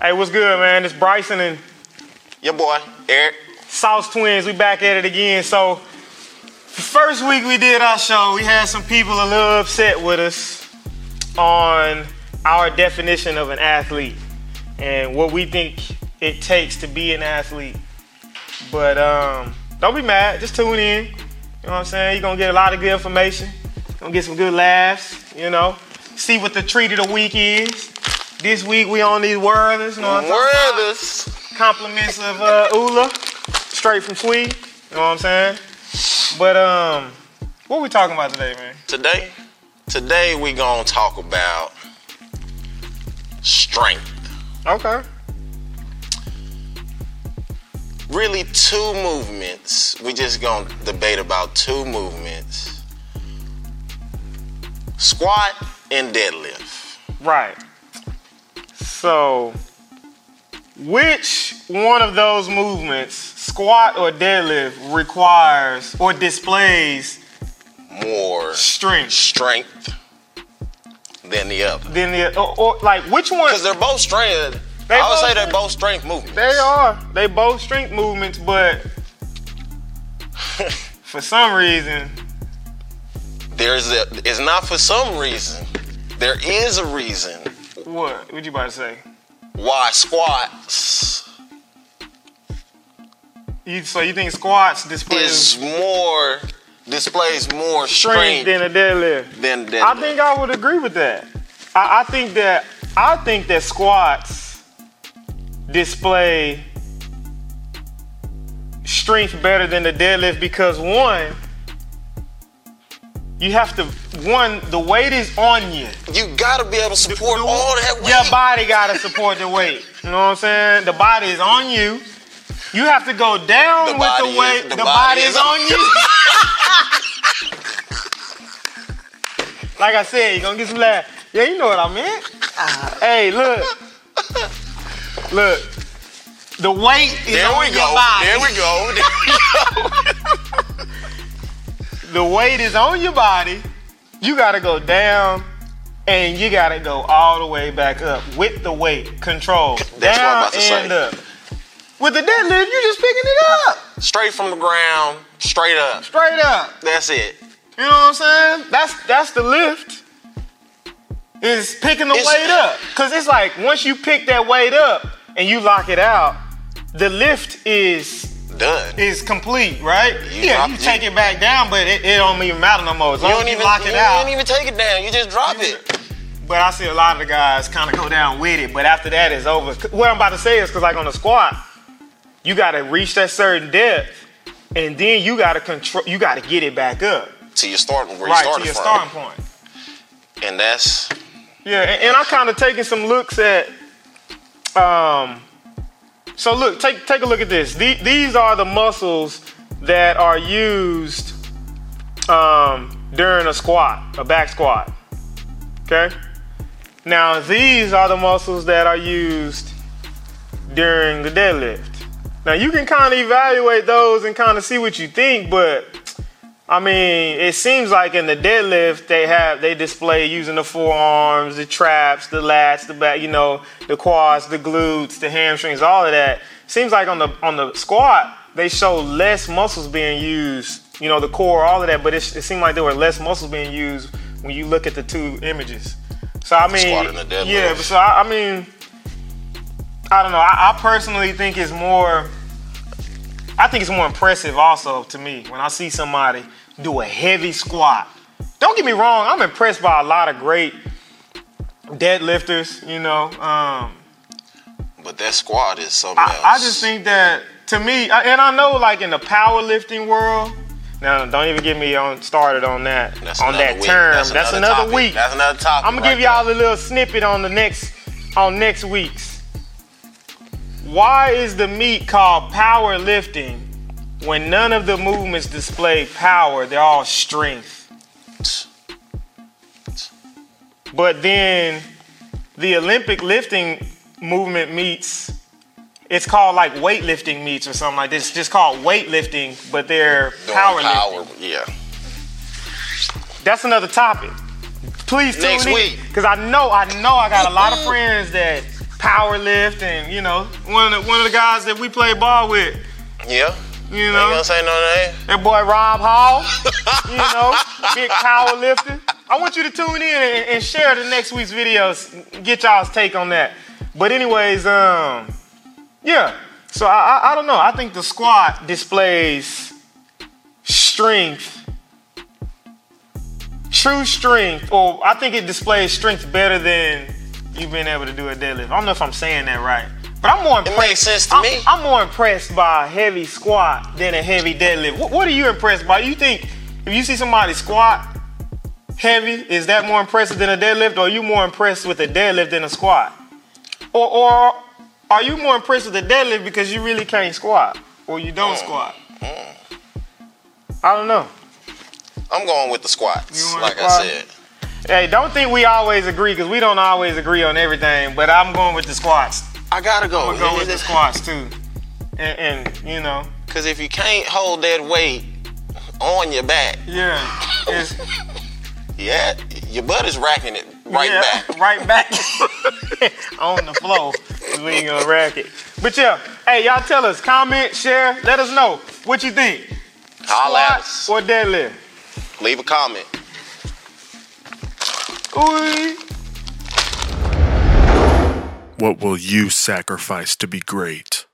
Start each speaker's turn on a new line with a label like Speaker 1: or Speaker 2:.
Speaker 1: Hey, what's good, man? It's Bryson and
Speaker 2: Your boy, Eric.
Speaker 1: Sauce Twins. We back at it again. So, the first week we did our show, we had some people a little upset with us on our definition of an athlete and what we think it takes to be an athlete. But um, don't be mad. Just tune in. You know what I'm saying? You're gonna get a lot of good information. Gonna get some good laughs. You know, see what the treat of the week is. This week we on these worthers. You know what I'm talking about?
Speaker 2: Brothers.
Speaker 1: compliments of uh, Ula, straight from Sweden. You know what I'm saying? But um, what we talking about today, man?
Speaker 2: Today, today we gonna talk about strength.
Speaker 1: Okay.
Speaker 2: Really, two movements. We just gonna debate about two movements: squat and deadlift.
Speaker 1: Right. So, which one of those movements, squat or deadlift, requires or displays
Speaker 2: More
Speaker 1: strength
Speaker 2: strength than the other.
Speaker 1: than the or, or like which one?
Speaker 2: Cause they're both strength.
Speaker 1: They
Speaker 2: I would
Speaker 1: both
Speaker 2: say they're
Speaker 1: strength.
Speaker 2: both strength movements.
Speaker 1: They are. They both strength movements, but for some reason,
Speaker 2: There's a. It's not for some reason. There is a reason
Speaker 1: what? What you about to say?
Speaker 2: why squats
Speaker 1: You, so you think squats displays
Speaker 2: is more displays more
Speaker 1: strength
Speaker 2: strength,
Speaker 1: than a deadlift?
Speaker 2: than than
Speaker 1: I think I would agree with that. I, I think that I think that squats display strength better than the deadlift because one, you have to one the weight is on you.
Speaker 2: you gotta be able to support all that weight.
Speaker 1: Your body gotta support the weight. You know what I'm saying? The body is on you. You have to go down
Speaker 2: The
Speaker 1: with
Speaker 2: body
Speaker 1: the
Speaker 2: is-
Speaker 1: weight.
Speaker 2: the
Speaker 1: the,
Speaker 2: body
Speaker 1: body,
Speaker 2: is
Speaker 1: is on you. like I said, you're gonna get some laugh. Yeah, you know what I meant.
Speaker 2: Uh-huh.
Speaker 1: Hey, look. Look. The weight is
Speaker 2: there
Speaker 1: on
Speaker 2: we
Speaker 1: your
Speaker 2: go.
Speaker 1: body.
Speaker 2: There we go.
Speaker 1: the weight is on your body. You gotta go down and you gotta go all the way back up with the weight control.
Speaker 2: That's what I'm
Speaker 1: down
Speaker 2: about to say.
Speaker 1: and up. With the deadlift, you just picking it up.
Speaker 2: straight from the ground, straight up.
Speaker 1: Straight up.
Speaker 2: That's it.
Speaker 1: You know what I'm saying? That's that's the lift. Is picking the
Speaker 2: It's-
Speaker 1: weight up. Cause it's like once you pick that weight up and you lock it out, the lift is
Speaker 2: Done.
Speaker 1: is complete, right?
Speaker 2: You
Speaker 1: yeah,
Speaker 2: drop-
Speaker 1: you take it back down, but it, it don't even matter no more. As long
Speaker 2: you
Speaker 1: as
Speaker 2: don't
Speaker 1: you
Speaker 2: even
Speaker 1: lock it
Speaker 2: you
Speaker 1: out.
Speaker 2: don't even take it down. You just drop it.
Speaker 1: But I see a lot of the guys kind of go down with it, but after that it's over. What I'm about to say is because like on the squat, you gotta reach that certain depth, and then you gotta control. You gotta get it back up,
Speaker 2: To your starting where you
Speaker 1: right to
Speaker 2: started
Speaker 1: your
Speaker 2: from.
Speaker 1: starting point.
Speaker 2: And that's
Speaker 1: Yeah, and, and I'm kind of taking some looks at. Um, so look, take take a look at this. The- these are the muscles that are used um, during a squat, a back squat. Okay. Now these are the muscles that are used during the deadlift. Now you can kind of evaluate those and kind of see what you think, but I mean, it seems like in the deadlift they have they display using the forearms, the traps, the lats, the back, you know, the quads, the glutes, the hamstrings, all of that. Seems like on the on the squat they show less muscles being used, you know, the core, all of that. But it, it seemed like there were less muscles being used when you look at the two images. So I mean,
Speaker 2: squat and the deadlift.
Speaker 1: yeah. but So I, I mean, I don't know. I, I personally think it's more. I think it's more impressive also to me when I see somebody do a heavy squat. Don't get me wrong, I'm impressed by a lot of great deadlifters, you know. Um,
Speaker 2: but that squat is something
Speaker 1: I,
Speaker 2: else.
Speaker 1: I just think that to me, I- and I know like in the powerlifting world, now don't even get me on started on that
Speaker 2: That's
Speaker 1: on
Speaker 2: another
Speaker 1: that
Speaker 2: week.
Speaker 1: term. That's, another
Speaker 2: topic.
Speaker 1: week.
Speaker 2: That's another topic.
Speaker 1: I'm gonna
Speaker 2: right
Speaker 1: give y'all a little snippet on the next on next week's. Why is the meet called power lifting when none of the movements display power? They're all strength. But then the Olympic lifting movement meets it's called like weightlifting meets or something like this. It's just called weightlifting, but they're
Speaker 2: Doing
Speaker 1: power lifting.
Speaker 2: power. Yeah.
Speaker 1: That's another topic. Please tune
Speaker 2: Next
Speaker 1: in,
Speaker 2: week.
Speaker 1: Cause I know, I know I got a lot of friends that power lift, and you know, one of the, one of the guys that we play ball with,
Speaker 2: Yeah.
Speaker 1: you
Speaker 2: Ain't
Speaker 1: know,
Speaker 2: gonna say no name.
Speaker 1: that boy Rob Hall, you know, big power lifter. I want you to tune in and, and share the next week's videos. Get y'all's take on that. But anyways, um, yeah. So I, I, I don't know. I think the squat displays strength, true strength, or I think it displays strength better than you've been able to do a deadlift. I don't know if I'm saying that right, but I'm more impressed.
Speaker 2: sense to
Speaker 1: I'm,
Speaker 2: me.
Speaker 1: I'm more impressed by a heavy squat than a heavy deadlift. What, what are you impressed by? You think if you see somebody squat heavy, is that more impressive than a deadlift, or are you more impressed with a deadlift than a squat? Or, or are you more impressed with a deadlift because you really can't squat or you don't squat? I don't know.
Speaker 2: I'm going with the
Speaker 1: You
Speaker 2: squats,
Speaker 1: want
Speaker 2: like
Speaker 1: squat?
Speaker 2: I said.
Speaker 1: Hey, don't think we always agree because we don't always agree on everything. But I'm going with the squats.
Speaker 2: I gotta go.
Speaker 1: I'm gonna go with the squats too. And, and you know,
Speaker 2: Cause if you can't hold that weight on your back,
Speaker 1: yeah, it's,
Speaker 2: yeah, your butt is racking it right
Speaker 1: yeah,
Speaker 2: back.
Speaker 1: right back on the floor. We ain't gonna rack it. But yeah, hey, y'all tell us, comment, share, let us know what you think.
Speaker 2: Holla at us.
Speaker 1: Squat or deadlift?
Speaker 2: Leave a comment.
Speaker 1: Ooh.
Speaker 3: What will you sacrifice to be great?